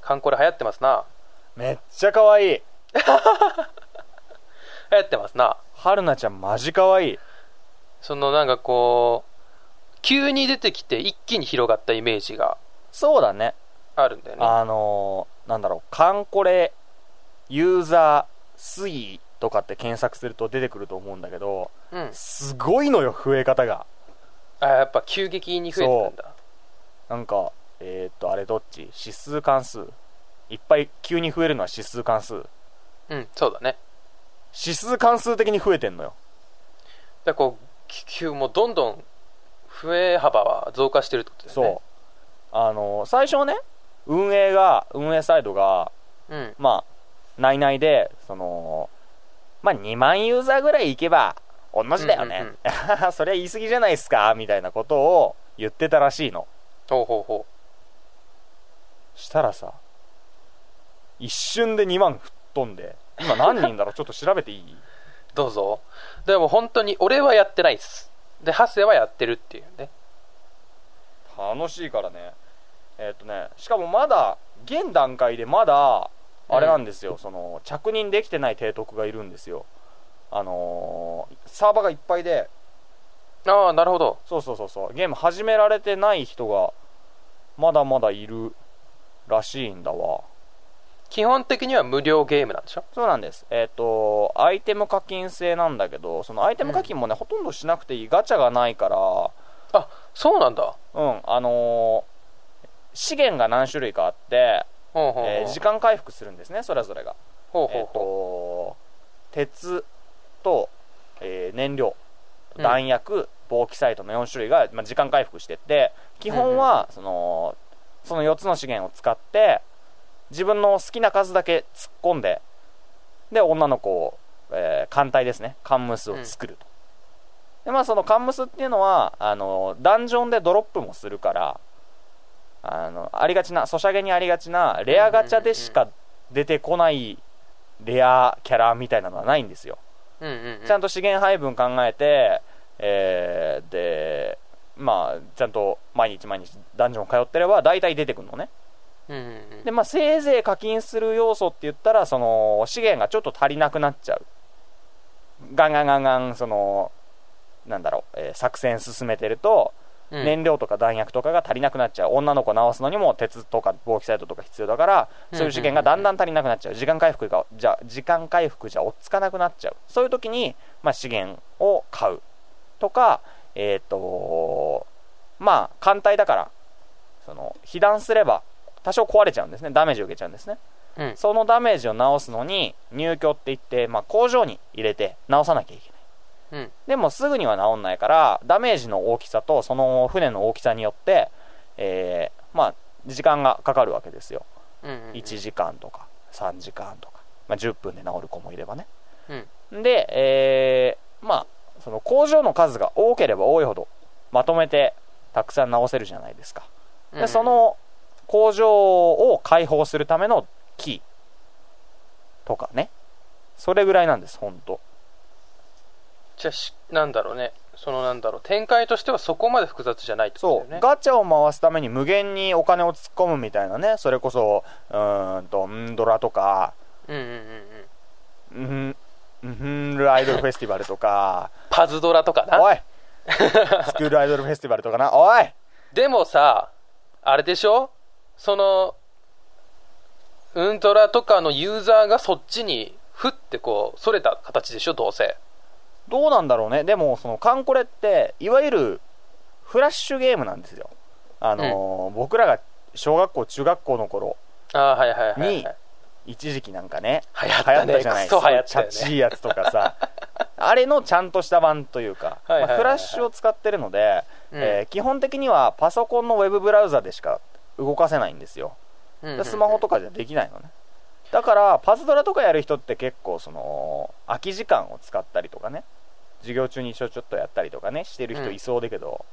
ハンコレ流行ってますなめっちゃ可愛い流行ってますな春菜ちゃんマジ可愛いそのなんかこう急に出てきて一気に広がったイメージがそうだねあるんだよねあのーなんだろうカンコレユーザー推移とかって検索すると出てくると思うんだけどうんすごいのよ増え方があやっぱ急激に増えてるんだなんかえー、っとあれどっち指数関数いっぱい急に増えるのは指数関数うんそうだね指数関数的に増えてんのよだからこうき急もうどんどん増え幅は増加してるってことだよそう、ねあの最初ね運営が運営サイドがそう、うん、まあ内々でそのまあ2万ユーザーぐらいいけば同じだよね、うんうん それは言い過ぎじゃないですかみたいなことを言ってたらしいのほうほうほしたらさ一瞬で2万吹っ飛んで今何人だ ろうちょっと調べていいうどうぞでも本当に俺はやってないっすでハセはやってるっていうね楽しいからねえーっとねしかもまだ現段階でまだあれなんですよ、その着任できてない提督がいるんですよあのーサーバーがいっぱいでああなるほどそうそうそうそうゲーム始められてない人がまだまだいるらしいんだわ基本的には無料ゲームなんでしょそうなんですえーっ、とアイテム課金制なんだけどそのアイテム課金もね、ほとんどしなくていいガチャがないからそうなんだうんあのー資源が何種類かあって、ほうほうほう、えー時間回復するんですねそれぞれがほうえほうっほと鉄と、えー燃料うん弾薬、防気サイトの4種類が、まあ、時間回復してって基本は、そのその4つの資源を使って自分の好きな数だけ突っ込んでで女の子を、えー艦隊ですねカンムスを作ると、でまあそのカンムスっていうのはあのダンジョンでドロップもするからあのありがちなソシャゲにありがちなレアガチャでしか出てこないレアキャラみたいなのはないんですよう、うんうんうん、ちゃんと資源配分考えて、えーで、まあ、ちゃんと毎日毎日ダンジョン通ってれば大体出てくるのね。うんうんうんで、まあ、せいぜい課金する要素って言ったら、その、資源がちょっと足りなくなっちゃう。ガンガンガンガン、その、なんだろう、えー作戦進めてると、うん燃料とか弾薬とかが足りなくなっちゃう。女の子直すのにも鉄とか防気サイトとか必要だから、そういう資源がだんだん足りなくなっちゃう。時間回復が、じゃ、時間回復じゃ追っつかなくなっちゃう。そういう時に、まあ、資源を買う。とか、えっ、と、まあ、艦隊だから、その、被弾すれば、多少壊れちゃうんですね。ダメージを受けちゃうんですね。うんそのダメージを直すのに、入居って言って、まあ、工場に入れて直さなきゃいけない。うんでもすぐには治んないからダメージの大きさとその船の大きさによって、えーまあ時間がかかるわけですようんうんうん1時間とか3時間とか、まあ、10分で治る子もいればね、で、えーまあその工場の数が多ければ多いほどまとめてたくさん直せるじゃないですかうんうでんその工場を解放するためのキーとかねそれぐらいなんです本当じゃあしなんだろうねそのなんだろう展開としてはそこまで複雑じゃないってことそだよう、ねガチャを回すために無限にお金を突っ込むみたいなねそれこそうーんとんドラとかうんうんうんうんうんうんルアイドルフェスティバルとかパズドラとかなおい スクールアイドルフェスティバルとかなおいでもさあれでしょそのうんとらとかのユーザーがそっちにふってこうそれた形でしょどうせどうなんだろうねでもそのカンコレっていわゆるフラッシュゲームなんですよあのー僕らが小学校中学校の頃ああはいはいはい、はい、に一時期なんかね流行っ流行たっねたじゃないクソ流行ったよチャッチねいやつと かさあれのちゃんとした版というか、はいはいはいはいまあフラッシュを使ってるので、うんえー基本的にはパソコンのウェブブラウザでしか動かせないんですようんうんうでんスマホとかじゃできないのねだからパズドラとかやる人って結構その空き時間を使ったりとかね授業中に一緒ちょっとやったりとかねしてる人いそうだけど、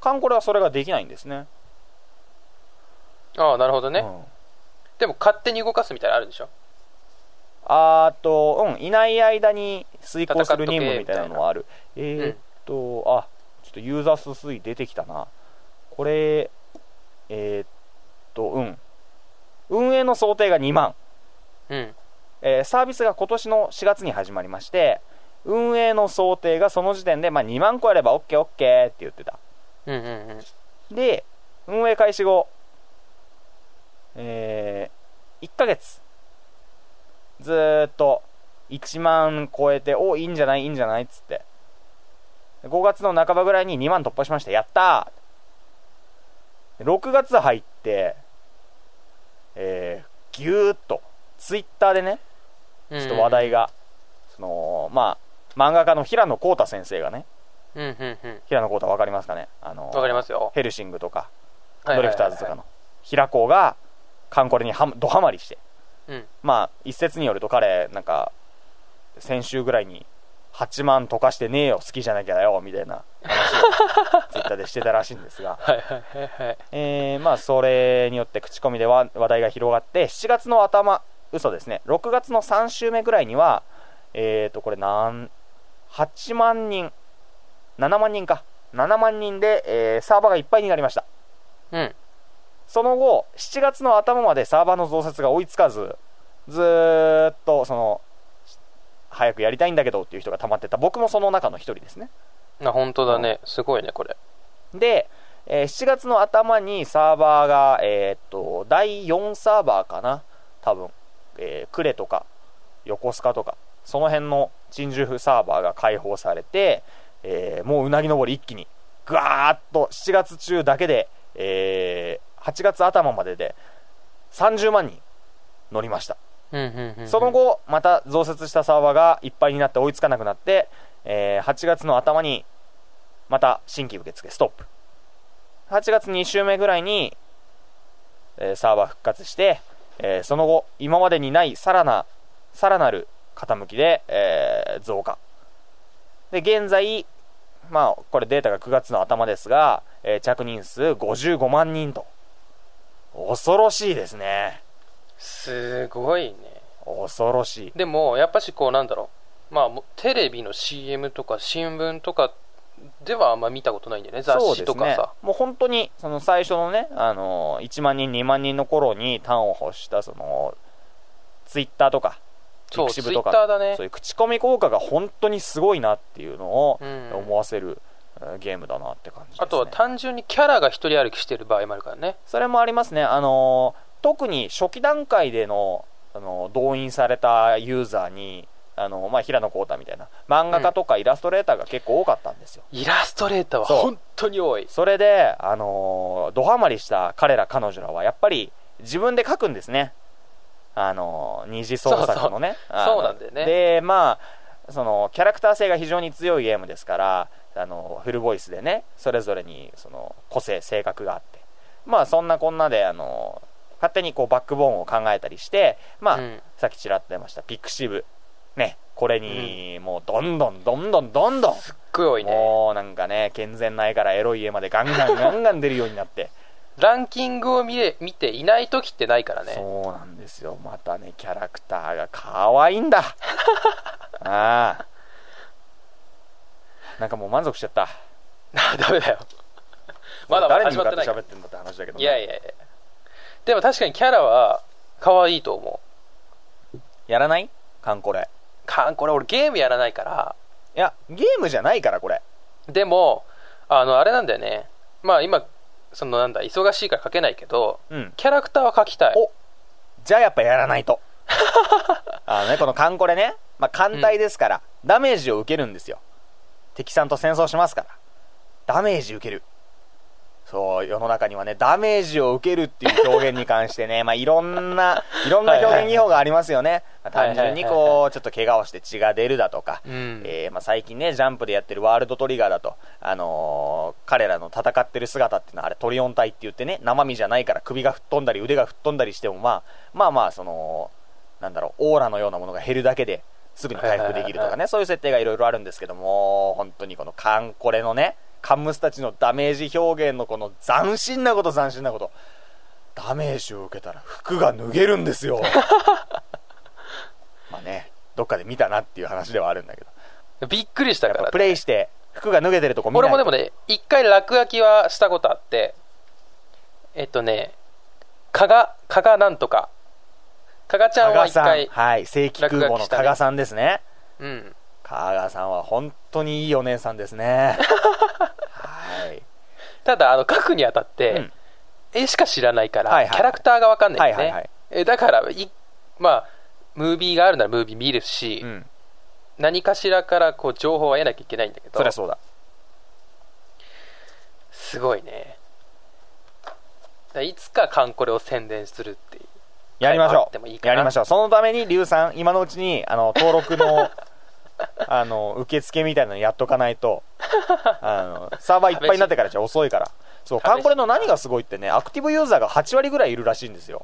カンコレはそれができないんですねああなるほどね、うんでも勝手に動かすみたいなのあるでしょあーと、うん、いない間に遂行する任務みたいなのはある。えーっと、あ、ちょっとユーザー数推移出てきたな。これ、えーっと、うん。運営の想定が2万、うんえーサービスが今年の4月に始まりまして運営の想定がその時点で、まあ、2万個あれば OKOK って言ってたうんうんうんで運営開始後え1ヶ月ずーっと1万超えておいいんじゃないいいんじゃないっつって5月の半ばぐらいに2万突破しましたやったー6月入ってえー、ぎゅーっとツイッターでねうんちょっと話題が、そのまあ漫画家の平野浩太先生がねうんうんうん平野浩太わかりますかねあのわかりますよヘルシングとかはいドはいリはいフターズとかの平子がカンコレにはまドハマりしてうんまあ一説によると彼なんか先週ぐらいに8万溶かしてねえよ好きじゃなきゃだよみたいな話をツイッターでしてたらしいんですが、はいはいはいはいえーまあそれによって口コミでわ話題が広がって7月の頭嘘ですね6月の3週目ぐらいにはえっ、ー、とこれなん8万人7万人か7万人で、えーサーバーがいっぱいになりましたうんその後、7月の頭までサーバーの増設が追いつかず、ずーっと、その、早くやりたいんだけどっていう人が溜まってた。僕もその中の一人ですね。あ本当だねすごいねこれで、えー7月の頭にサーバーが、えーっと、第4サーバーかな多分。えー、クレとか、横須賀とか、その辺の珍珠府サーバーが開放されて、えーもううなぎ登り一気に、ぐわーっと7月中だけで、えー8月頭までで30万人乗りました。うんうんうんうんその後、また増設したサーバーがいっぱいになって追いつかなくなって、えー8月の頭に、また新規受付ストップ。8月2週目ぐらいに、えーサーバー復活して、えーその後、今までにないさらな、さらなる傾きで、えー増加。で、現在、まあ、これデータが9月の頭ですが、えー着任数55万人と。恐ろしいですね。すごいね恐ろしい。でもやっぱしこうなんだろうまあもうテレビの CM とか新聞とかではあんま見たことないんだよね雑誌とかそうですねさ、もう本当にその最初のね、あのー1万人2万人の頃に端を欲したそのツイッターとかそう Pixiv ツイッとタかーだねそういう口コミ効果が本当にすごいなっていうのをうん思わせる、えーゲームだなって感じです、ね、あとは単純にキャラが一人歩きしてる場合もあるからねそれもありますね、あのー特に初期段階での、あのー動員されたユーザーに、あのーまあ、平野浩太みたいな漫画家とかイラストレーターが結構多かったんですよ。イラストレーターはそう本当に多いそれで、あのードハマりした彼ら彼女らはやっぱり自分で書くんですねあのー二次創作のねあのそうなんだよねでまあそのキャラクター性が非常に強いゲームですからあのフルボイスでねそれぞれにその個性性格があってまあそんなこんなであのー勝手にこうバックボーンを考えたりしてまあ、うんさっきちらっと出ましたピクシブねこれにもうどんどんどんどんどんどんすっごい多いねもうなんかね健全な絵からエロい絵までガン ガンガンガン出るようになって、ランキングを見れ見ていない時ってないからねそうなんですよまたねキャラクターが可愛い んだああなんかもう満足しちゃった ダメだよまだまだ誰に始向まかっっててない喋ってんだって話だけど、いね、やいやいやでも確かにキャラは可愛いと思うやらないカンコレかこれ俺ゲームやらないからいやゲームじゃないからこれでもあのあれなんだよねまあ今そのなんだ忙しいから書けないけどうんキャラクターは書きたいおじゃあやっぱやらな いとあのねこのカンコレね、まあ、艦隊ですから、ダメージを受けるんですよ敵さんと戦争しますからダメージ受けるそう世の中にはねダメージを受けるっていう表現に関して ねまあいろんないろんな表現技法がありますよね、まあ単純にはいはいはいこうちょっと怪我をして血が出るだとか、うんえーまあ、最近ねジャンプでやってるワールドトリガーだと、あのー彼らの戦ってる姿っていうのはあれトリオン体って言ってね生身じゃないから首が吹っ飛んだり腕が吹っ飛んだりしても、まあ、まあまあそのなんだろうオーラのようなものが減るだけですぐに回復できはいはるといはかいはねそういう設定がいろいろあるんですけども本当にこのカンコレのねカンムスたちのダメージ表現のこの斬新なこと斬新なことダメージを受けたら服が脱げるんで すよまあねどっかで見たなっていう話ではあるんだけどびっくりしたやっかぱらプレイして服が脱げてるとこ見な俺いもでもね一回落書きはしたことあってえっとね加賀加賀なんとか加賀ちゃ加んは賀一さん回、はい正規空母の加賀さんですねうん、加賀さんは本当にいいお姉さんですねはい、 ただあの書くにあたっうてん絵しか知らないから、はいはいキャラクターが分かんなはいいよはね、いはい、えだからいまあムービーがあるならムービー見るし、うん、何かしらからこう情報は得なきゃいけないんだけそりどゃそうだすごいねだからいつかカンコレを宣伝するっていうやりましはいあょっうてもいいかなやりましょうそのためにリュウさん今のうちにあの登録の あの受付みたいなのやっとかないとあのサーバーいっぱいになってからじゃ遅いからそう試しにカンコレの何がすごいってねアクティブユーザーが8割ぐらいいるらしいんですよ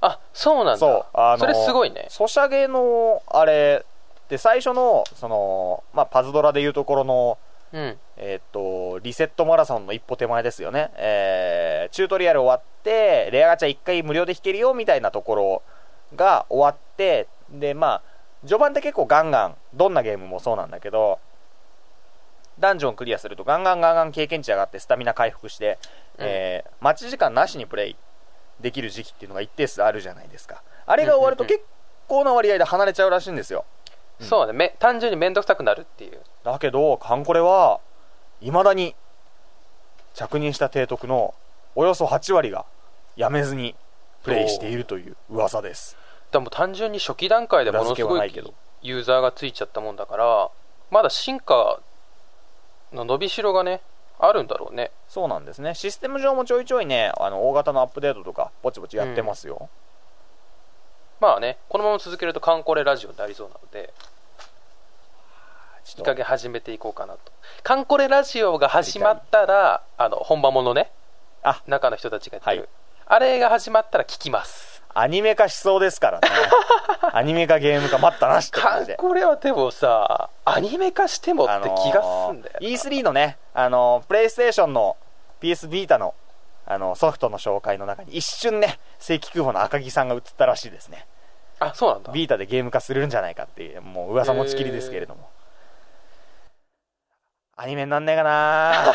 あそうなんだそうあのそれすごいねソシャゲのあれで最初のその、まあ、パズドラでいうところのうんえっとリセットマラソンの一歩手前ですよね、えーチュートリアル終わってレアガチャ1回無料で弾けるよみたいなところが終わってでまあ序盤って結構ガンガンどんなゲームもそうなんだけどダンジョンクリアするとガンガンガンガン経験値上がってスタミナ回復して、えー待ち時間なしにプレイできる時期っていうのが一定数あるじゃないですかあれが終わるとうんうん結構な割合で離れちゃうらしいんですようんそうねめ単純に面倒くさくなるっていうだけどカンコレはいまだに着任した提督のおよそ8割がやめずにプレイしているという噂ですでも単純に初期段階でものす裏付けはごないいけどユーザーがついちゃったもんだからまだ進化の伸びしろがねあるんだろうねそうなんですねシステム上もちょいちょいねあの大型のアップデートとかぼちぼちやってますよ、まあねこのまま続けるとカンコレラジオになりそうなのでちいょいっ加と減始めていこうかなとカンコレラジオが始まったらあの本場ものねあ中の人たちがやってる、はいあれが始まったら聞きますアニメ化しそうですからね アニメ化ゲーム化待ったなしってカ感ンじでコレはでもさアニメ化してもって気がすんだよな、あのー E3 のね、あのプレイステーションの PS ビータの、あのソフトの紹介の中に一瞬ね正規空母の赤木さんが映ったらしいですねあそうなんだビータでゲーム化するんじゃないかっていうもう噂持ちきりですけれども、アニメになんねえかな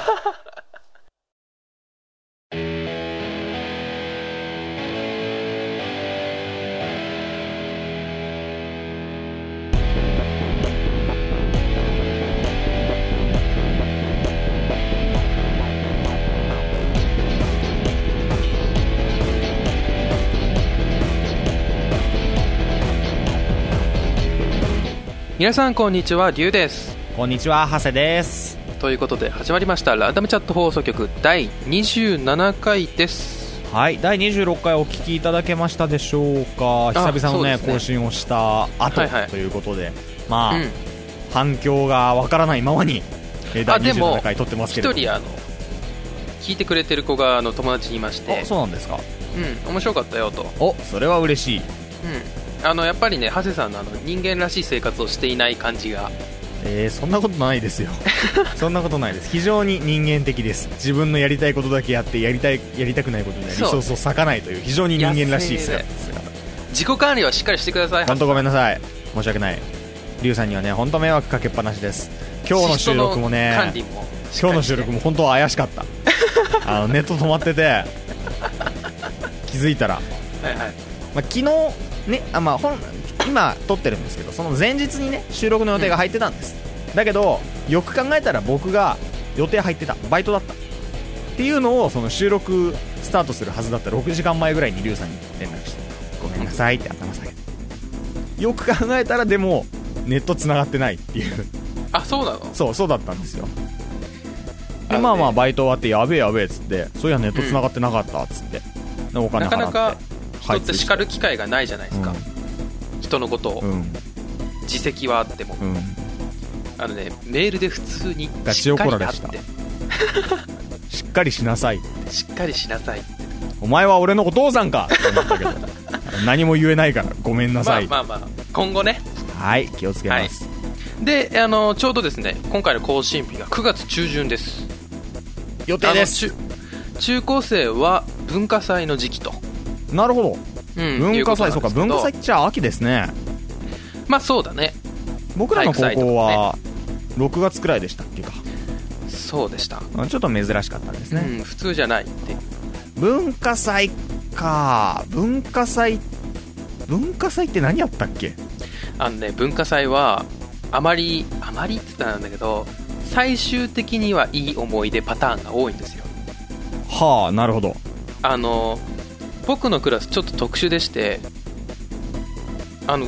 皆さんこんにちはリュウですこんにちは長谷ですということで始まりましたランダムチャット放送局第27回ですはい第26回お聞きいただけましたでしょうかあ久々のねそうですね更新をした後はいはいということでまうん反響がわからないままに第あでも第27回撮ってます一人あの聞いてくれてる子があの友達にいましてあそうなんですかうん面白かったよとおそれは嬉しいうんあのやっぱりね長谷さんのあの人間らしい生活をしていない感じがえーそんなことな いですよそんなことないです非常に人間的です自分のやりたいことだけやってやりたいやりたくないことにはリそうソースを割かないという非常に人間らしい姿野です自己管理はしっかりしてください本当ごめんなさい申し訳ないリュウさんにはね本当迷惑かけっぱなしです今日の収録もシフトの管ね理もしっか今日のりして収録も本当怪しかったあのネット止まってて気づいたらはいはいまあ、昨日ねあ、まあ、本今撮ってるんですけどその前日にね収録の予定が入ってたんです、だけどよく考えたら僕が予定入ってたバイトだったっていうのをその収録スタートするはずだった6時間前ぐらいにリュウさんに連絡してごめんなさいって頭下げてよく考えたらでもネット繋がってないっていう あそうなのそうそうだったんですよあのでねまあまあバイト終わってやべえやべえっつってそういやネット繋がってなかったっつって、でおな金払ってかなか人はいって叱る機会がないじゃないですか、人のことを、うんうん自責はあってもうんあのねメールで普通にガしチっか怒りられ会したっしっかりしなさいてしっかりしなさいお前は俺のお父さんかって 思ったけど何も言えないからごめんなまさあい、まあまあ今後ねはい気をつけます、であのちょうどですね今回の更新日が9月中旬です予定であすの中中高生は文化祭の時期と、なるほどうん文化祭、いうそうことかなんで文す化けど祭っちゃ秋ですねまあそうだね僕らの高体育祭校とかねは6月くらいでしたっけかそうでした、あちょっと珍しかったんですうね、ん、普通じゃないっていう文化祭か文化祭っ文化祭って何やったっけあのね文化祭はあまりあまりって言ったらなんだけど最終的にはいい思い出パターンが多いんですよはあなるほどあの僕のクラスちょっと特殊でしてあの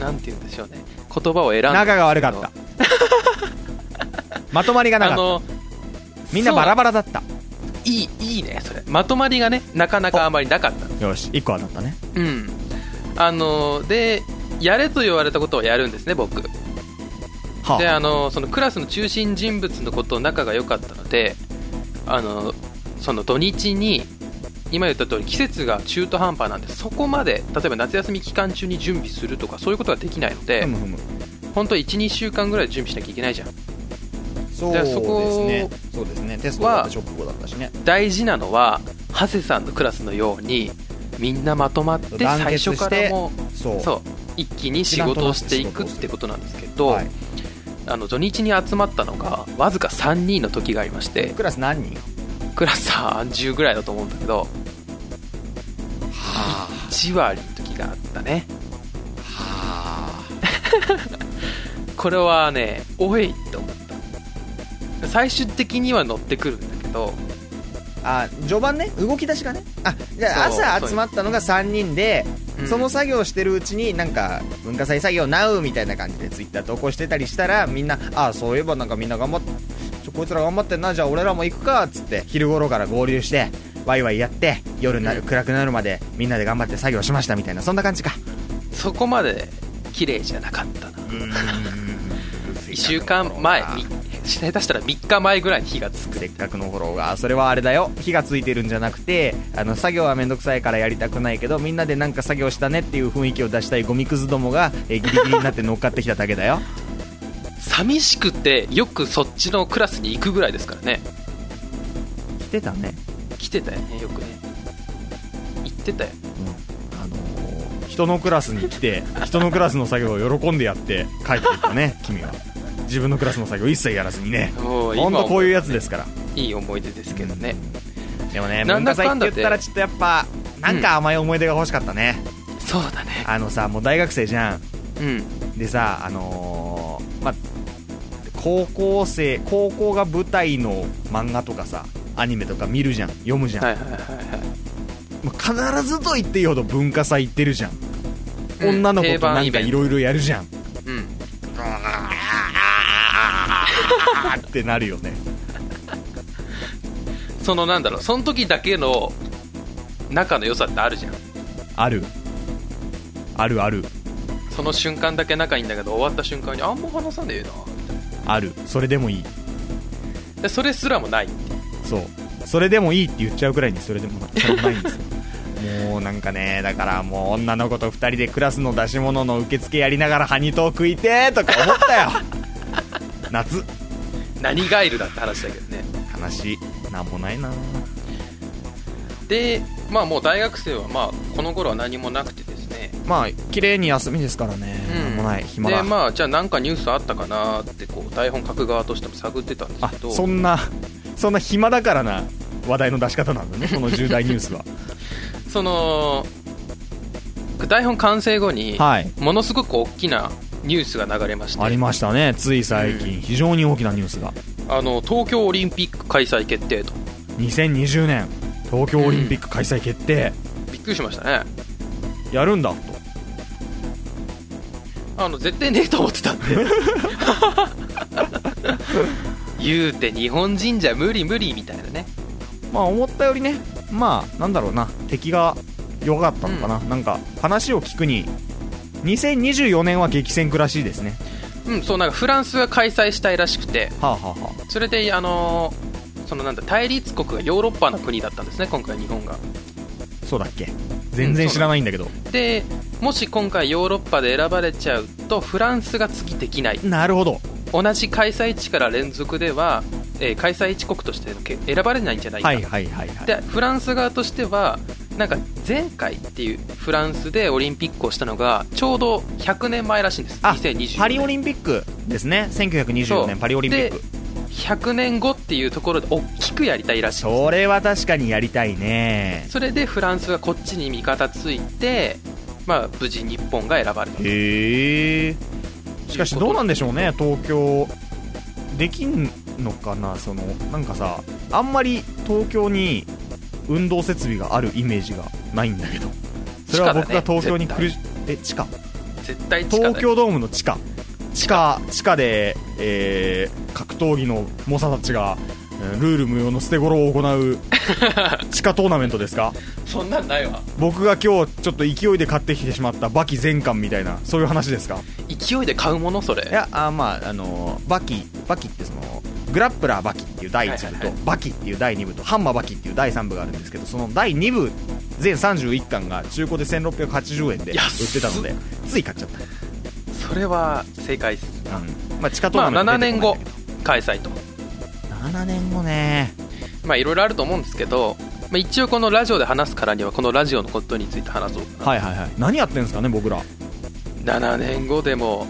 なんて言うんでしょうね言葉を選んで仲が悪か ったまとまりがなあかっのたみんなバラバラだったいいいいねそれまとまりがねなかなかあまりなかったよし1個当たったねうんあのでやれと言われたことをやるんですね僕はでああのそのクラスの中心人物のこと仲が良かったのであのその土日に今言った通り季節が中途半端なんでそこまで例えば夏休み期間中に準備するとかそういうことができないので、ふむふむ本当は12週間ぐらい準備しなきゃいけないじゃんそうじゃであすそこねそうですねテストだった直後だったしね大事なのは長谷さんのクラスのようにみんなまとまって団最結して初からもそうそう一気に仕事をしていくってことなんですけど、はいあの土日に集まったのがわずか3人の時がありましてクラス何人クラス30ぐらいだと思うんだけどは1割の時があったねあこれはね多いと思った最終的には乗ってくるんだけどあ序盤ね動き出しがねあじゃあそう朝集まったのが3人でうんその作業してるうちになんか文化祭作業なうみたいな感じでツイッター投稿してたりしたらみんなあそういえばなんかみんな頑張ってちょこいつら頑張ってんなじゃあ俺らも行くかっつって昼頃から合流してワイワイやって夜になる、うん暗くなるまでみんなで頑張って作業しましたみたいなそんな感じかそこまで綺麗じゃなかったな1週間前に下手したら3日前ぐらいに火がつくせっかくのフォローがそれはあれだよ火がついてるんじゃなくてあの作業はめんどくさいからやりたくないけどみんなでなんか作業したねっていう雰囲気を出したいゴミくずどもが、えーギリギリになって乗っかってきただけだよ寂しくてよくそっちのクラスに行くぐらいですからね来てたね、来てたよねよくね行ってたようん、あのー人のクラスに来て人のクラスの作業を喜んでやって帰っていっ たね君は自分のクラスの作業一切やらずにねもうほんとこういうやつですすからいい思い出ですけどね、うんでもねなん文だ化祭かっんだてで言ったらちょっとやっぱなんか甘い思い出が欲しかったね、そうだねあのさもう大学生じゃんうんでさあのーまあ高校生高校が舞台の漫画とかさアニメとか見るじゃん読むじゃん、はいはいはいはいもう必ずと言っていいほど文化祭行ってるじゃん、うん女の子定とな番んイかベントいろいろやるじゃんうんあーってなるよねそのなんだろうその時だけの仲の良さってあるじゃんあるあるあるその瞬間だけ仲いいんだけど終わった瞬間にあんま話さねえなあるそれでもいいでそれすらもないそうそれでもいいって言っちゃうくらいにそれでもなそれもないんですよもうなんかねだからもう女の子と2人でクラスの出し物の受付やりながらハニトー食いてーとか思った よ夏何ガイルだって話だけどね悲しいなんもないなでまあもう大学生はまあこの頃は何もなくてですねまあ綺麗に休みですからね、うんなんもない暇でだ、まあじゃあなんかニュースあったかなってこう台本書く側としても探ってたんですあけどそんなそんな暇だからな話題の出し方なんだ ねこの重大ニュースはその台本完成後にはいものすごく大きなニュースが流れましてありましたねつい最う近非常に大きなニュースがあの東京オリンピック開催決定と2020年東京オリンピック開催決定、びっくりしましたねやるんだとあの絶対ねえと思ってた んで言うて日本人じゃ無理無理みたいなねまあ思ったよりねまあなんだろうな敵が弱かったのかな、なんか話を聞くに2024年は激戦区らしいですねうんそうなんかフランスが開催したいらしくてはあはあはそれであのーそのなんだ対立国がヨーロッパの国だったんですね今回日本があそうだっけ全然知らないんだけど、でもし今回ヨーロッパで選ばれちゃうとフランスが次できないなるほど同じ開催地から連続では、えー開催地国としてのけ選ばれないんじゃないか、はいはいはいはいでフランス側としてはなんか前回っていうフランスでオリンピックをしたのがちょうど100年前らしいんですあ2020年パリオリンピックですね1924そう年パリオリンピックで100年後っていうところで大きくやりたいらしいんですそれは確かにやりたいねそれでフランスがこっちに味方ついてまあ、無事日本が選ばれたとへえしかしどうなんでしょうね東京できんのかなそのなんかさあんまり東京に運動設備があるイメージがないんだけどそれは僕が東京に来る、え地下絶対地下だよ東京ドームの地下地下地下で、えー格闘技の猛者たちがうんルール無用の捨て頃を行 う地下トーナメントですかそんなんないわ僕が今日ちょっと勢いで買ってきてしまったバキ全巻みたいなそういう話ですか勢いで買うものそれいやあーまああのーバキバキってそのグラップラーバキっていう第1部と、はいはいバキっていう第2部とハンマーバキっていう第3部があるんですけどその第2部全31巻が中古で1680円で売安っってたのでつい買っちゃっそれは正解ですた、うんまあ、地下トーまナあメン7年ト出てこな後いんだけ開催とど7年後ねまあいろいろあると思うんですけど、まあ、一応このラジオで話すからにはこのラジオのことについて話そうはいはいはい何やってんですかね僕ら7年後でも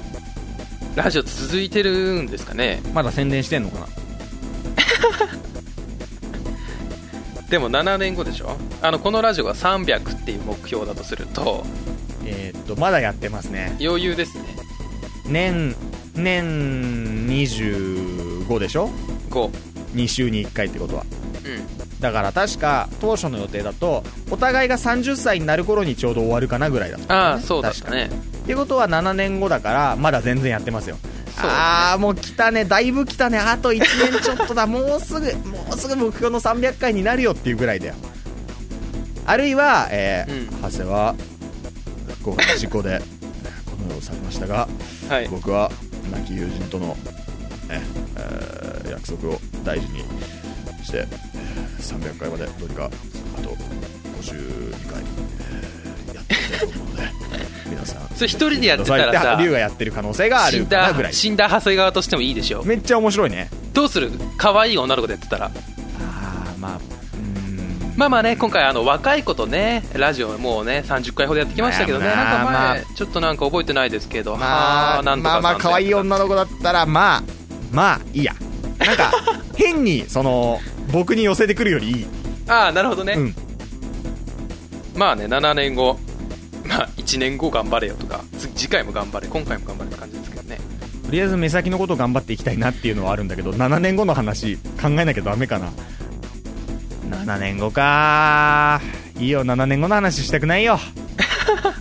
ラジオ続いてるんですかねまだ宣伝してんのかなでも7年後でしょあのこのラジオが300っていう目標だとするとえーっとまだやってますね余裕ですね年年25でしょ5 2週に1回ってことはうだから確か当初の予定だとお互いが30歳になる頃にちょうど終わるかなぐらいだったんああそうだっ確たかにねっていうことは7年後だからまだ全然やってますよそうああもう来たねだいぶ来たねあと1年ちょっとだ もうすぐもうすぐ目標の300回になるよっていうぐらいだよあるいは、えーうん長谷は福岡の事故で この世を去りましたがはい僕は亡き友人との、ねえー約束を大事にしてえー300回までどうにかあと52回えーやっていきたいと思うので 皆さんそれ一人でやってたらさ見てくださいって龍がやってる可能性があ死るんかなぐらだい死んだ長谷川としてもいいでしょうめっちゃ面白いねどうする可愛い女の子でやってたらああまあうーんまあまあね今回あの若い子とねラジオもうね30回ほどやってきましたけどね、まあなんか前、まあちょっとなんか覚えてないですけど、まはあ、ーなんとかまあまあさんと可愛い女の子だったらまあまあいいやな んか変にその僕に寄せてくるよりいい、ああなるほどね、うん、まあね7年後まあ1年後頑張れよとかつ次回も頑張れ今回も頑張れって感じですけどねとりあえず目先のことを頑張っていきたいなっていうのはあるんだけど7年後の話考えなきゃダメかな7年後かいいよ7年後の話したくないよ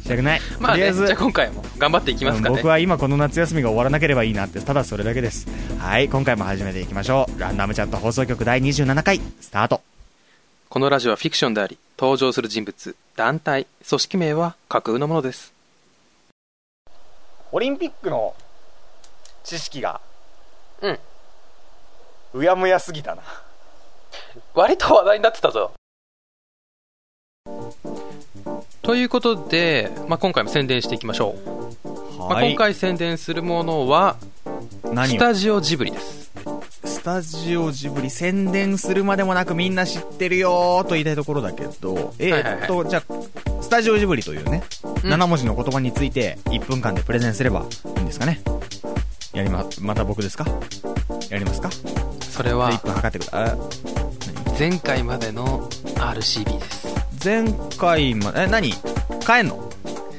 したくない、 まあとりあえねじずゃあ今回も頑張っていきますかうんね僕は今この夏休みが終わらなければいいなってただそれだけですはい今回も始めていきましょうランダムチャット放送局第27回スタートこのラジオはフィクションであり登場する人物団体組織名は架空のものですオリンピックの知識がうんうやむやすぎたな割と話題になってたぞということで、まあ、今回も宣伝していきましょう、まあ、今回宣伝するものはス何をタジオジブリですスタジオジブリ宣伝するまでもなくみんな知ってるよーと言いたいところだけどえはいはいはいーっとじゃあスタジオジブリというねうん7文字の言葉について1分間でプレゼンすればいいんですかねやりままた僕ですかやりますかでそれは1分測ってください前回までの RCB です前回まえ何変えんの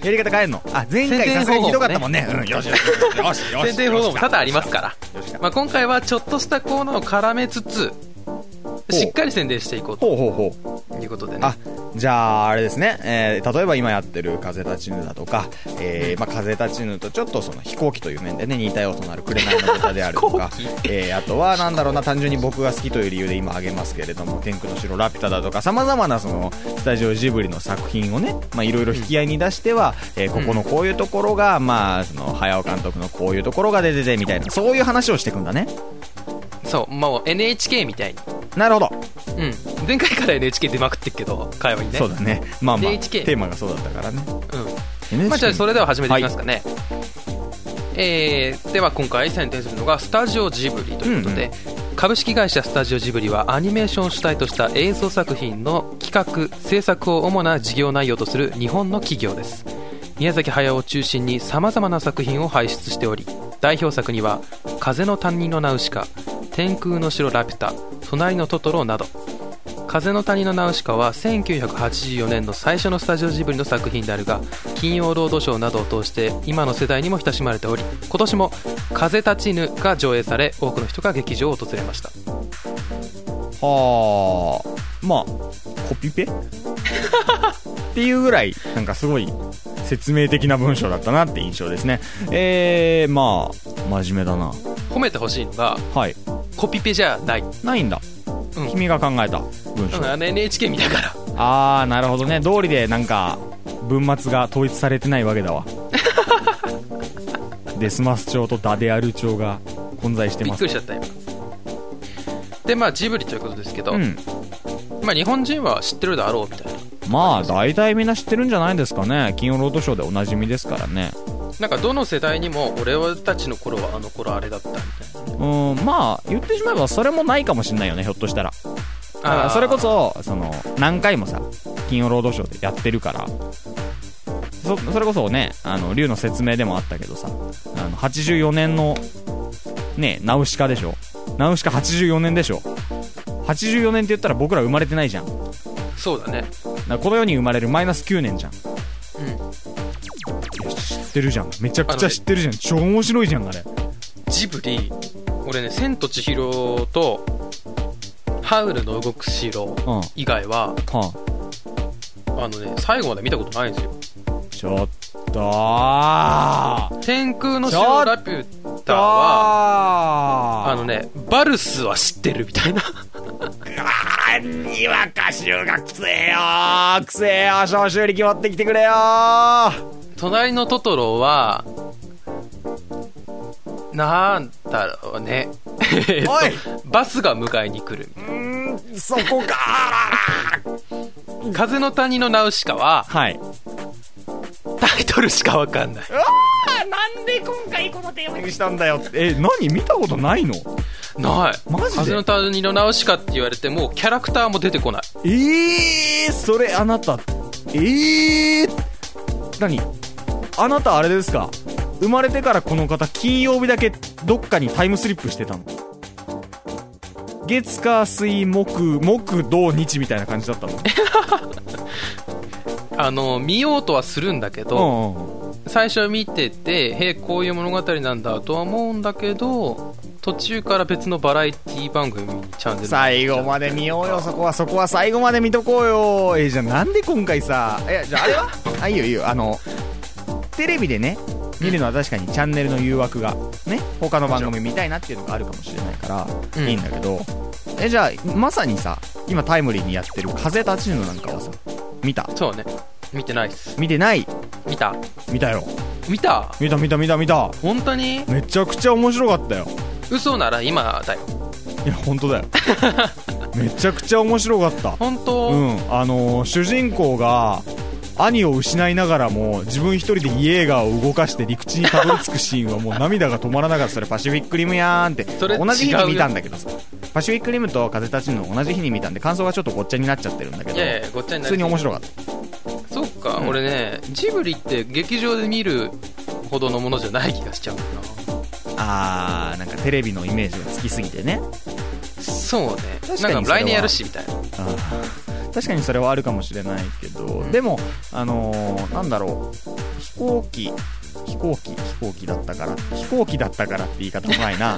やり方変えんのあ前回さすがにひどかったもんねうんよしよしよしよし宣伝方法も多々ありますからよし来たまあ、今回はちょっとしたコーナーを絡めつつしっかり宣伝していこうほうほうほうということでねあじゃああれですね、えー例えば今やってる「風立ちぬ」だとか「えーまあ、風立ちぬ」とちょっとその飛行機という面でね似た要素のある「紅の豚」であるとか飛行、えーあとはなんだろうな単純に僕が好きという理由で今挙げますけれども「天空の城ラピュタ」だとかさまざまなそのスタジオジブリの作品をねまあいろいろ引き合いに出しては、えーここのこういうところが、まあその早尾監督のこういうところが出ててみたいなそういう話をしていくんだねそうもう NHK みたいに、なるほど、うん、前回から NHK 出まくってっけど会話にねそうだねまあまあ NHK テーマがそうだったからねうんまあ、じゃあそれでは始めていきますか、かね、えーでは今回選定するのがスタジオジブリということで、株式会社スタジオジブリはアニメーションを主体とした映像作品の企画制作を主な事業内容とする日本の企業です宮崎駿を中心にさまざまな作品を輩出しており代表作には「風の谷のナウシカ」「天空の城ラピュタ」「隣のトトロ」など数風の谷のナウシカは1984年の最初のスタジオジブリの作品であるが金曜ロードショーなどを通して今の世代にも親しまれており今年も「風立ちぬ」が上映され多くの人が劇場を訪れましたはあまあコピペ っていうぐらいなんかすごい説明的な文章だったなって印象ですねえー、まあ真面目だな褒めてほしいのがはいコピペじゃない、ないんだ、うん君が考えた文章、うんあの NHK 見たからああなるほどね道理でなんか文末が統一されてないわけ だわデスマス調とダデアル調が混在してびまっすくりしちゃった今でまあジブリということですけど、うんまあ、日本人は知ってるだろうみたいなまあ大体みんな知ってるんじゃないですかね金曜ロードショーでおなじみですからねなんかどの世代にも俺たちの頃はあの頃あれだったみたいうなーんまあ言ってしまえばそれもないかもしんないよねひょっとしたらだからーそれこそその何回もさ金曜ロードショーでやってるからそそれこそねあの竜の説明でもあったけどさあの84年のねナウシカでしょナウシカ84年でしょ84年って言ったら僕ら生まれてないじゃんだかそうだねらこの世に生まれるマイナス9年じゃんうんいや知ってるじゃんめちゃくちゃ知ってるじゃん超面白いじゃんあれジブリ俺ね「千と千尋」と「ハウルの動く城うん」以外ははあのね最後まで見たことないんですよあちょっとー「天空のちょっ城とラピュタは」ああのねバルスは知ってるみたいな あーにわか臭がくせえよーくせえよ消臭力持ってきてくれよー隣のトトロはなんだろうね えっとおいバスが迎えに来るうーんそこか風の谷のナウシカはーはいタイトルしかわかんないなんで今回このテーマにしたんだよえ何見たことないのないマジで風の谷のナウシカって言われてもキャラクターも出てこないえー、それあなたえー、何あなたあれですか生まれてからこの方金曜日だけどっかにタイムスリップしてたの月火水木木土日みたいな感じだったのあの見ようとはするんだけど、う最初見ててへえこういう物語なんだとは思うんだけど途中から別のバラエティ番組にチャンネル最後まで見ようよそこはそこは最後まで見とこうよえーじゃあなんで今回さいやじゃああれはあいいよいいよあのテレビでね見るのは確かにチャンネルの誘惑がね他の番組見たいなっていうのがあるかもしれないから、うんいいんだけどえじゃあまさにさ今タイムリーにやってる「風立ちぬ」なんかはさ見たそうね見てないっす見てない見た見たよ見た見た見た見た見た本当にめちゃくちゃ面白かったよ嘘なら今だよいや本 当だよめちゃくちゃ面白かった本当、うん、あのー主人公が兄を失いながらも自分一人でイエーガーを動かして陸地にたどり着くシーンはもう涙が止まらなかったそれパシフィックリムやーんってそれ同じ日違うによ見たんだけどさパシフィックリムと風立ちぬの同じ日に見たんで感想がちょっとごっちゃになっちゃってるんだけどいやいやごっちゃに普な通に面白かかったったそうか、うん俺ねジブリって劇場で見るほどのものじゃない気がしちゃうなあーなんかテレビのイメージがつきすぎてねそうね確かになんか来年やるしみたいなあー確かにそれはあるかもしれないけど、んでも、あのーなんだろう飛行機飛行機飛行機だったから飛行機だったからって言い方うまいな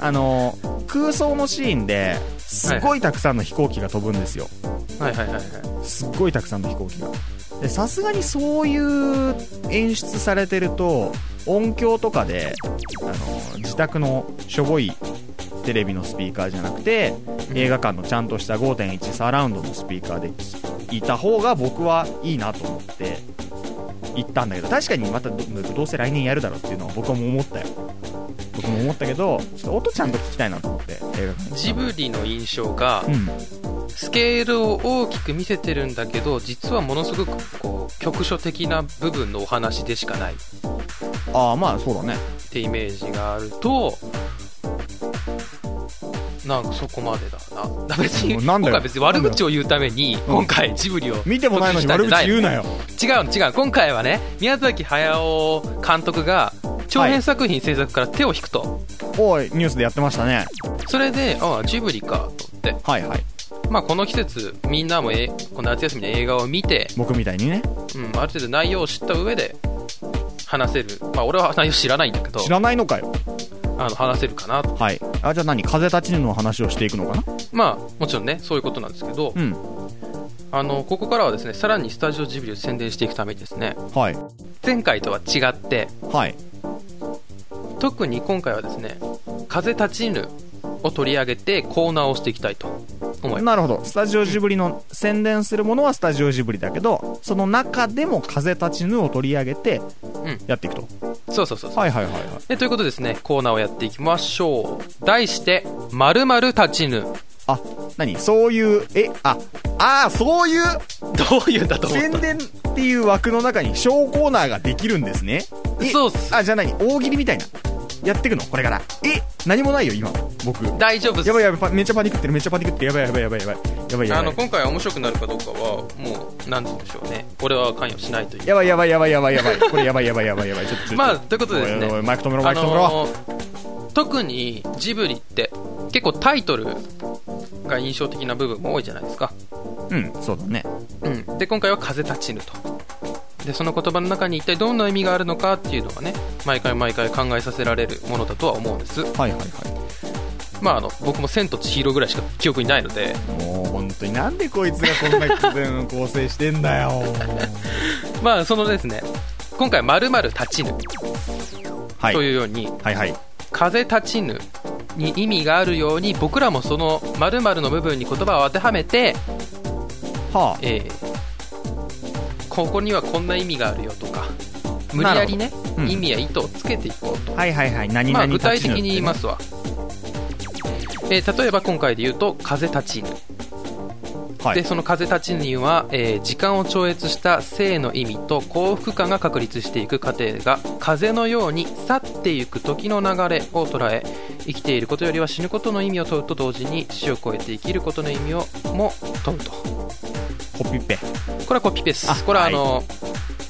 あのー空想のシーンですごいたくさんの飛行機が飛ぶんですよ、はいはいはいはいすっごいたくさんの飛行機がでさすがにそういう演出されてると音響とかであの自宅のしょぼいテレビのスピーカーじゃなくてうん映画館のちゃんとした5.1サラウンドのスピーカーで聞いた方が僕はいいなと思って行ったんだけど確かにまたどどうせ来年やるだろうっていうのは僕も思ったよ僕も思ったけどちょっと音ちゃんと聞きたいなと思って映画館にジブリの印象がうんスケールを大きく見せてるんだけど実はものすごくこう局所的な部分のお話でしかないっああまあそうだねてイメージがあるとなんかそこまでだな別にもうなんだ今よ回別に悪口を言うために今回ジブリを見てもないのに悪特集したんじゃな口い言うなよ違うの違う今回はね宮崎駿監督が長編作品制作から手を引くと、おいニュースでやってましたねそれでああジブリかと思ってはいはいまあ、この季節みんなもえこの夏休みの映画を見て、僕みたいにねうん、ある程度内容を知った上で話せるまあ俺は内容知らないんだけど知らないのかよあの話せるかなとはいあじゃあ何風立ちぬの話をしていくのかなまあもちろんねそういうことなんですけど、うんあのここからはですねさらにスタジオジブリを宣伝していくためにですねはい前回とは違ってはい特に今回はですね「風立ちぬ」を取り上げてコーナーをしていきたいと思いまなるほどスタジオジブリの宣伝するものはスタジオジブリだけどその中でも風立ちぬを取り上げてんやっていくと、すそうそうそうそうはいはいはいはいえということでですねコーナーをやっていきましょう題して「まる立ちぬあ何そういうえああーそういう」どういうんだと思っ宣た伝っていう枠の中に小コーナーができるんですねえそうっすあじゃあ何大喜利みたいなやってくのこれからえ何もないよ今僕や大丈夫っすばいやばいパめっちゃパニクってるめっちゃパニクってるやばいやばいやばいやばいやばいやばいあの今回面白くなるかどうかはもう何て言うんでしょうね俺は関与しないというやばいやばいやばいやばいやばいこれやばいやばいやばいやばいちょっとちょっとまあということでですねおいおいおいマイク止めろマあイク止めろ、のー特にジブリって結構タイトルが印象的な部分も多いじゃないですか、うんそうだねうん、で今回は「風立ちぬ」とでその言葉の中に一体どんな意味があるのかっていうのがね毎回毎回考えさせられるものだとは思うんですはいはいはいまああの僕も「千と千尋」ぐらいしか記憶にないのでもう本当になんでこいつがこんな自分構成してん だよまあそのですね今回「まる立ちぬ」はいというように、はいはい風立ちぬに意味があるように僕らもその〇〇の部分に言葉を当てはめて、はえーここにはこんな意味があるよとか無理やりね、うん意味や意図をつけていこうと、あはいはいはい何ま々あ、具立体ちぬ的っにてね言いますわ、えー例えば今回で言うと「風立ちぬ」はでいその「風立ちぬ」には、えー時間を超越した性の意味と幸福感が確立していく過程が風のように去っていく時の流れを捉え生きていることよりは死ぬことの意味を問うと同時に死を超えて生きることの意味をも問うとこコピペれはコピペスあこれはあはいの、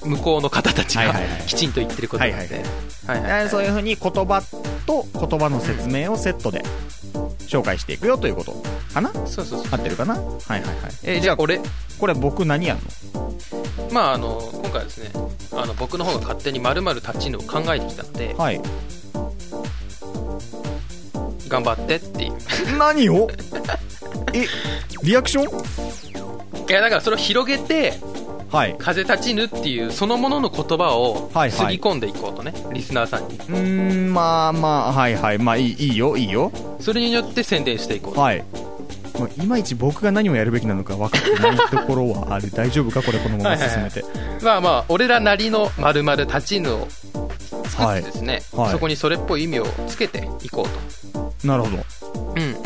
向こうの方たちはがいはいはいきちんと言ってることなのではいはいえーそういうふうに言葉と言葉の説明をセットで紹介していくよということかなそうそうそう合ってるかなはいはいはいえーじゃあ俺これ僕何やんのまああの今回はですねあの僕の方が勝手に〇〇立ちぬを考えてきたのではい頑張ってっていう何をえリアクションいやだからそれを広げてはい風立ちぬっていうそのものの言葉をはいはいすぎ込んでいこうとね、リスナーさんにうーんまあまあはいはいまあいいいいよいいよそれによって宣伝していこうと、はいまあいまいち僕が何をやるべきなのか分かってないところはある 大丈夫かこれこのまま進めてまあまあ俺らなりのまる立ちぬを作ってですね、はいはいそこにそれっぽい意味をつけていこうなるほどと、うん、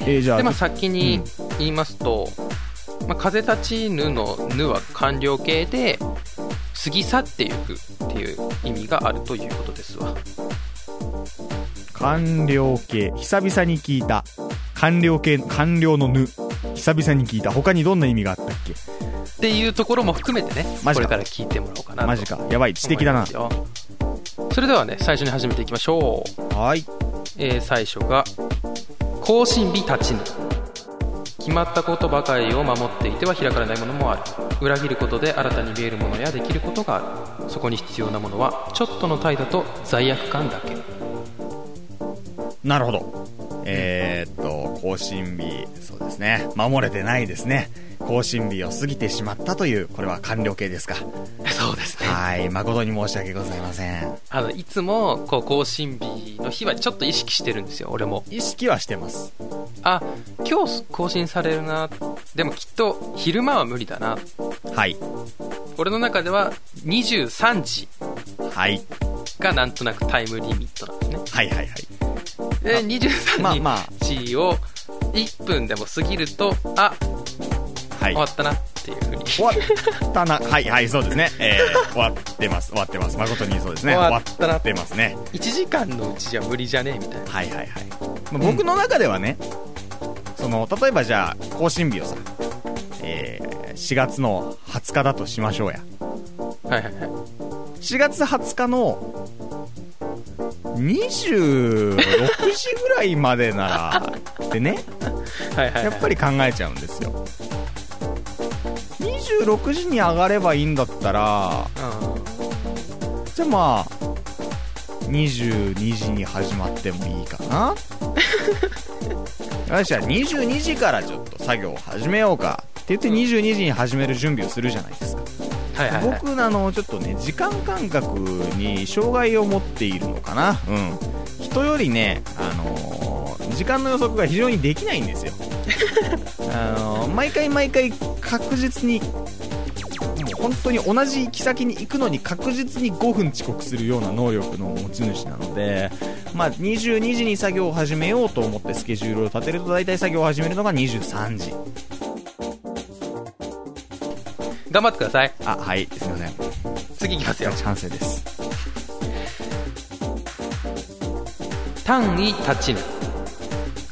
えーじゃあでまあ先に言いますと、まあ、風立ちぬの「ぬ」は完了形で過ぎ去っていくっていう意味があるということですわ官僚系久々に聞いた官僚系官僚の「ぬ」久々に聞いた他にどんな意味があったっけっていうところも含めてねマジこかれから聞いてもらおうかなとマジかやばい知的だな思いますよそれではね最初に始めていきましょう、はいえー最初が更新日立ちぬ決まったことばかりを守っていては開かれないものもある裏切ることで新たに見えるものやできることがあるそこに必要なものはちょっとの怠惰と罪悪感だけなるほどえー、っと更新日そうですね守れてないですね更新日を過ぎてしまったというこれは官僚系ですかそうですねはい誠に申し訳ございませんあのいつもこう更新日の日はちょっと意識してるんですよ俺も意識はしてますあ今日更新されるなでもきっと昼間は無理だなはい俺の中では23時はいがなんとなくタイムリミットなんですねはいはいはいでまあ23ま日を1分でも過ぎるとあはい終わったなっていうふうに終わったなはいはいそうですねえー、終わってます終わってます誠にそうですね終わったな終わってますね1時間のうちじゃ無理じゃねえみたいなはいはいはい、まあ僕の中ではね、その例えばじゃあ更新日をさ、えー4月の20日だとしましょうやはいはいはい4月20日の26時ぐらいまでなら でねはいはいやっぱり考えちゃうんですよ26時に上がればいいんだったらじゃあまあ22時に始まってもいいかなよしじゃあ22時からちょっと作業を始めようかって言って22時に始める準備をするじゃないですかはいはいはい僕あのちょっとね時間感覚に障害を持っているのかなうん人よりねあのー時間の予測が非常にできない んですよあのー毎回毎回確実にもう本当に同じ行き先に行くのに確実に5分遅刻するような能力の持ち主なので、まあ、22時に作業を始めようと思ってスケジュールを立てると大体作業を始めるのが23時頑張ってくださいあはいすいません次いきますよ反省です単位立ちぬ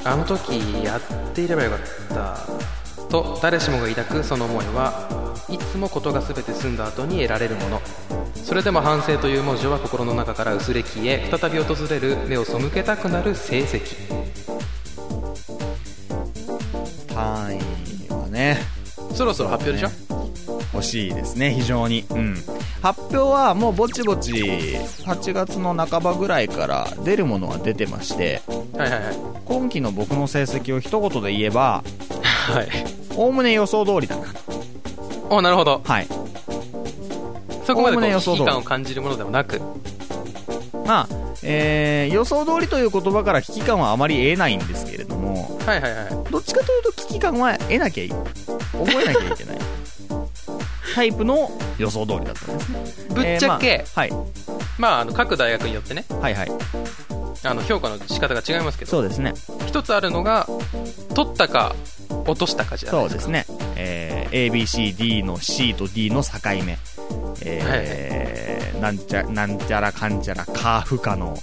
あの時やっていればよかったと誰しもが抱くその思いはいつもことが全て済んだ後に得られるものそれでも反省という文字は心の中から薄れ消え再び訪れる目を背けたくなる成績単位はねそろそろ発表でしょ、欲しいですね非常に、うん、発表はもうぼちぼち8月の半ばぐらいから出るものは出てましてはいはいはい今期の僕の成績を一言で言えばはいおおむね予想通りだなおなるほどはいそこまでこ概ねう予危想通り機感を感じるものでもなくまあえー、予想通りという言葉から危機感はあまり得ないんですけれどもはいはいはいどっちかというと危機感は得なきゃいい覚えなきゃいけない タイプの予想通りだったんですねぶっちゃけ、えーまあはいまあ、あの各大学によってねはいはいあの評価の仕方が違いますけどそうですね一つあるのが取ったか落としたかじゃないそうですね、えー ABCD の C と D の境目、えーなんちゃなんちゃらかんちゃらか不可の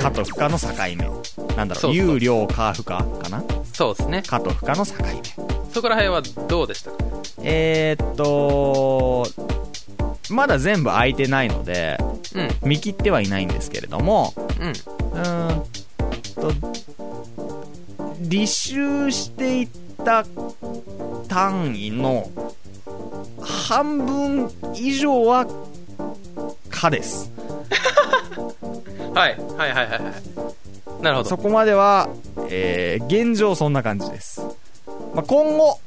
かと不可の境目なんだそろうそうう有料か不可かなそうですねかと不可の境目そこら辺はどうでしたかえー、っとまだ全部空いてないのでうん見切ってはいないんですけれどもうんうーんと履修していった単位の半分以上は「か」ですはいはいはいはいはいなるほそどこまでは、えー現状そんな感じです、まあ、今後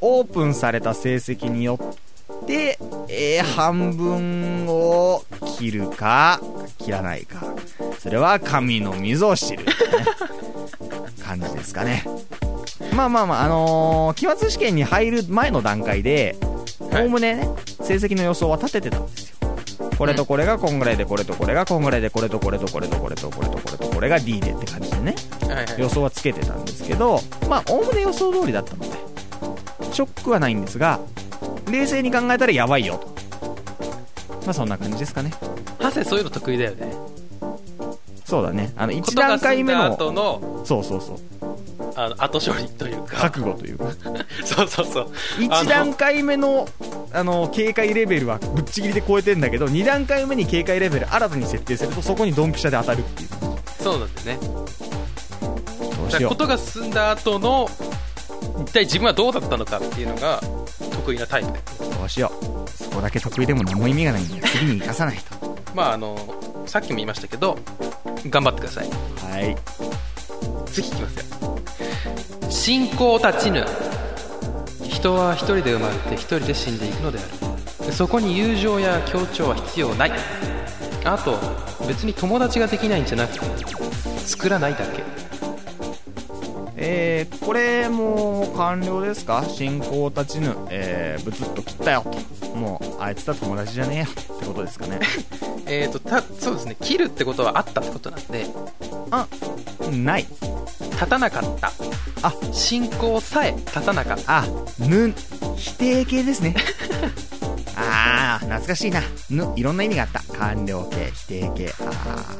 オープンされた成績によって、えー半分を切るか切らないかそれは神の溝を知る、ね、感じですかねまあまあまああのー期末試験に入る前の段階ではいおおむねね成績の予想は立ててたんですよこれとこれがこんぐらいでこれとこれがこんぐらいでこれとこれとこれとこれとこれとこれとこれが D でって感じでねはいはい予想はつけてたんですけどまあおおむね予想通りだったのでショックはないんですが冷静に考えたらやばいよとまあそんな感じですかねハセそういうの得意だよねそうだねあの1ことが段済階ん目だの後のそうそうそうあの後処理というか覚悟というか そうそうそうあの1段階目のあの警戒レベルはぶっちぎりで超えてんだけど2段階目に警戒レベル新たに設定するとそこにドンピシャで当たるっていうそうなんですねどうだしからよこうとが進んだ後の一体自分はどうだったのかっていうのが得意なタイプでどうしようそこだけ得意でも何も意味がないんで次に生かさないとまああのさっきも言いましたけど頑張ってくださいはい次いきますよ信仰立ちぬ人は一人で生まれて一人で死んでいくのであるそこに友情や協調は必要ないあと別に友達ができないんじゃなく作らないだけえー、これもう完了ですか信仰立ちぬ、えー、ブツッと切ったよともうあいつとは友達じゃねえよってことですかねえーとたそうですね切るってことはあったってことなんであない立たなかったあ信仰さえ立たなかったあぬ否定形です ねあー懐かしいなぬいろんな意味があった完了形否定形あ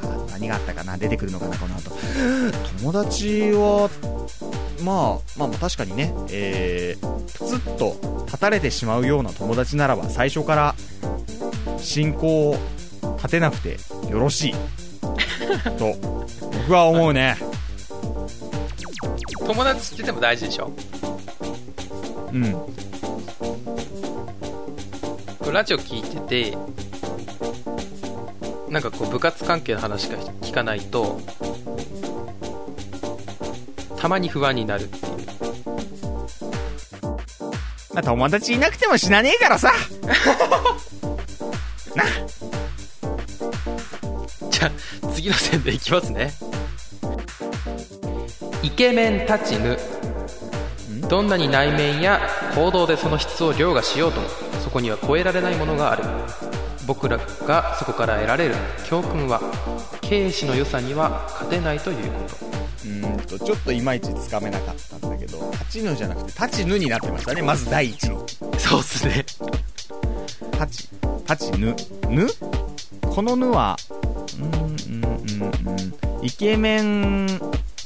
ー何があったかな出てくるのかなこの後 友達はまあまあまあ確かにねえー、プツッと立たれてしまうような友達ならば最初から信仰を立てなくてよ ろしいと僕は思うね友達ってでも大事でしょうんこれラジオ聞いててなんかこう部活関係の話しか聞かないとたまに不安になるっていうまあ、友達いなくても死なねえからさなじゃあ次の線でいきますねイケメンたちぬどんなに内面や行動でその質を凌駕しようともそこには超えられないものがある僕らがそこから得られる教訓は軽視の良さには勝てないということうーんとちょっといまいちつかめなかったんだけど「立ちぬ」じゃなくて「立ちぬ」になってましたねまず第一のそうっすね「立ち」「立ちぬ」「ぬ」この「ぬ」はうーんうんうんうんイケメン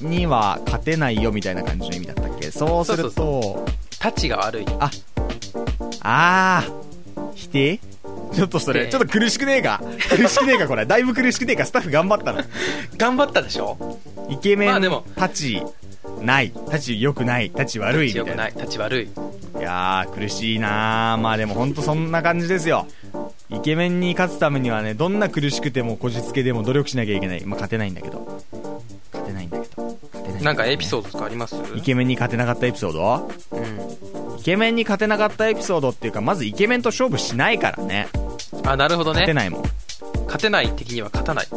には勝てないよみたいな感じの意味だったっけそうするとたちが悪いああー否定ちょっとそ否れ定ちょっと苦しくねえか苦しくねえかこれだいぶ苦しくねえかスタッフ頑張ったな頑張ったでしょイケメまあンでもたちないたち良くないたち悪いみ強たくいなないたち悪いいやー苦しいなーまあでもほんとそんな感じですよイケメンに勝つためにはねどんな苦しくてもこじつけでも努力しなきゃいけないまあ勝てないんだけど勝てないんだけど勝てないなんかエピーソードとかありますドイケメンに勝てなかったエピソードうんイケメンに勝てなかったエピソードっていうかまずイケメンと勝負しないからねあなるほど勝ねてないもん勝てない敵には勝たない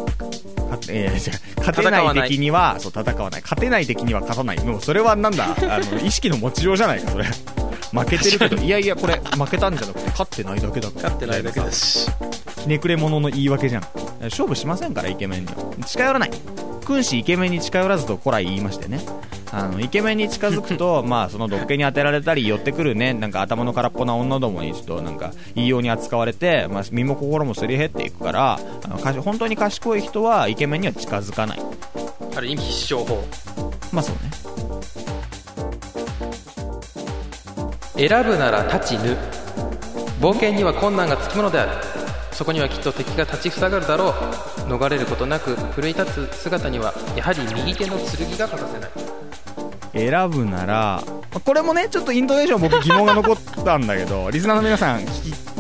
勝ていやいや違う勝てない敵にはそう戦わない勝てない敵には勝たないもうそれはなんだあの意識の持ちようじゃないかそれ負けてるけ どいやいやこれ負けたんじゃなくて勝ってないだけだから勝ってないだけだしひねくれ者の言い訳じゃん勝負しませんからイケメンには近寄らない君子イケメンに近寄らずと古来言いましてねあのイケメンに近づくと まあそのどっけに当てられたり寄ってくるねなんか頭の空っぽな女どもにちょっとなんかいいように扱われて、まあ、身も心もすり減っていくからあのかし本当に賢い人はイケメンには近づかないある意味必勝法まあそうね選ぶなら立ちぬ冒険には困難がつきものであるそこにはきっと敵が立ちふさがるだろう逃れることなく奮い立つ姿にはやはり右手の剣が欠かせない選ぶならこれもねちょっとイントネーション僕疑問が残ったんだけ どリスナーの皆さん聞き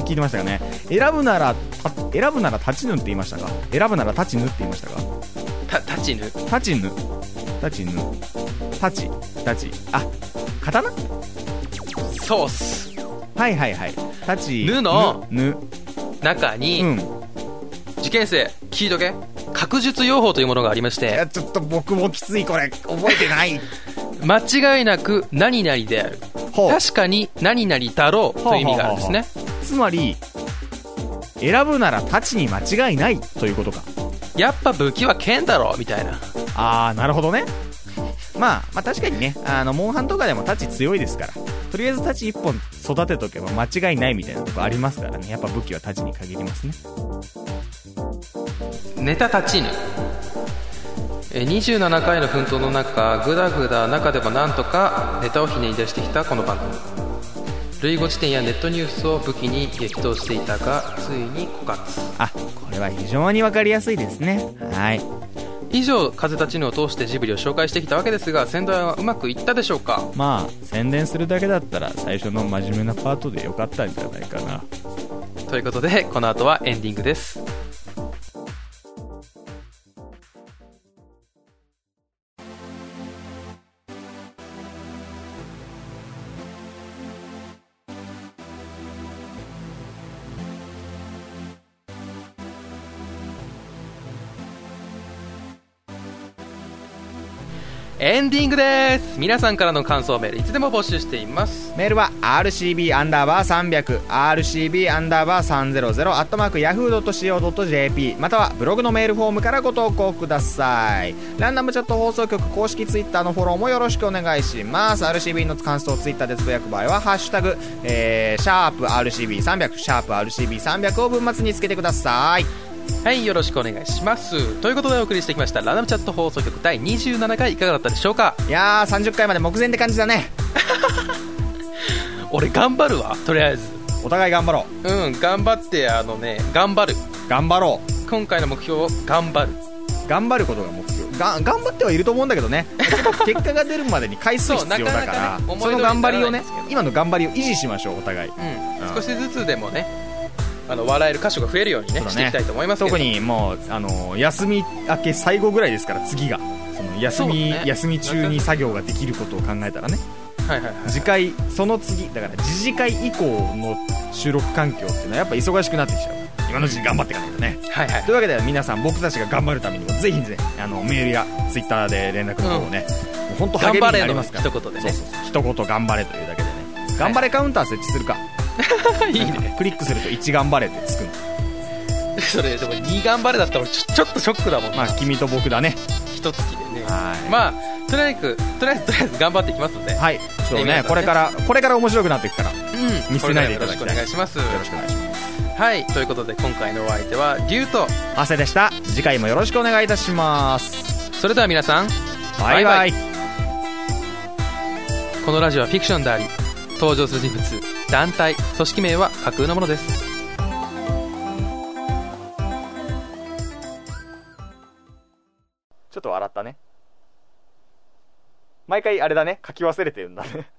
聞いてましたかね選ぶならた選ぶなら立ちぬって言いましたか選ぶなら立ちぬって言いましたかた立ちぬ立ちぬ立ちぬ立ち立ちあ刀そうっすはいはいはい立ちぬのぬ中ぬうにんい受験生聞いとけ学術用法というものがありましてやちょっと僕もきついこれ覚えてない間違いなく何々であるほう確かに何々だろうという意味があるんですねつまり選ぶなら立ちに間違いないということかやっぱ武器は剣だろうみたいなああなるほどねまあまあ確かにねあのモンハンとかでもタチ強いですからとりあえずタチ1本育てとけば間違いないみたいなとこありますからねやっぱ武器はタチに限りますねネタ立ちぬえー27回の奮闘の中グダグダ中でもなんとかネタをひねり出してきたこの番組類語辞典やネットニュースを武器に激闘していたがついに枯渇あこれは非常に分かりやすいですねはい以上「風立ちぬ」を通してジブリを紹介してきたわけですが宣伝はうまくいったでしょうかまあ宣伝するだけだったら最初の真面目なパートでよかったんじゃないかなということでこの後はエンディングですエンディングです皆さんからの感想メールいつでも募集していますメールは RCB アンダーバー300 RCB アンダーバー300アットマーク Yahoo.co.jp またはブログのメールフォームからご投稿くださいランダムチャット放送局公式ツイッターのフォローもよろしくお願いします RCB の感想をツイッターでつぶやく場合は「ハッシュタグ、えー、シャープ #RCB300」シャープ #RCB300 を文末につけてくださいはい、よろしくお願いします。ということでお送りしてきました、ランダムチャット放送局第27回、いかがだったでしょうかいやー30回まで目前って感じだね俺、頑張るわ、とりあえず。お互い頑張ろうん、頑張って、あのね、頑張る。う頑張ろう今回の目標を頑張る。頑張ることが目標が頑張ってはいると思うんだ けどねちょっと結果が出るまでに回数必要だからそうなかなかね思い通そりのになら頑張りをないねですけど今の頑張りを維持しましょうお互いうんうん少しずつでもねあの笑える箇所が増えるようにねそうだねしていきたいと思いますけど特にもうあの休み明け最後ぐらいですから次がその休み、そうね休み中に作業ができることを考えたらねはいはいはい次回その次だから次次回以降の収録環境っていうのはやっぱ忙しくなってきちゃう今のうちに頑張っていかないとねはいはいというわけで皆さん僕たちが頑張るためにもぜひねあのメールやツイッターで連絡の方をね、もう本当励みになりますから頑張れの一言でねそうそうそう一言頑張れというだけでね頑張れカウンター設置するか、 いいなんねかクリックすると1頑張れってつくのそれでも2頑張れだったら俺ちょちょっとショックだもんまあ君と僕だねひと月でねはいまあとりあえずとりあえずとりあえず頑張っていきますのではいちょっえとね皆さんねこれからこれから面白くなっていくからようん見捨てないでいこたれからよろしだきたくおい願いしますろしくお願いしますはいということで今回のお相手は龍と汗でした次回もよろしくお願いいたしますそれでは皆さんバイバイババイイこのラジオはフィクションであり登場する人物団体組織名は架空のものですちょっと笑ったね毎回あれだね書き忘れてるんだね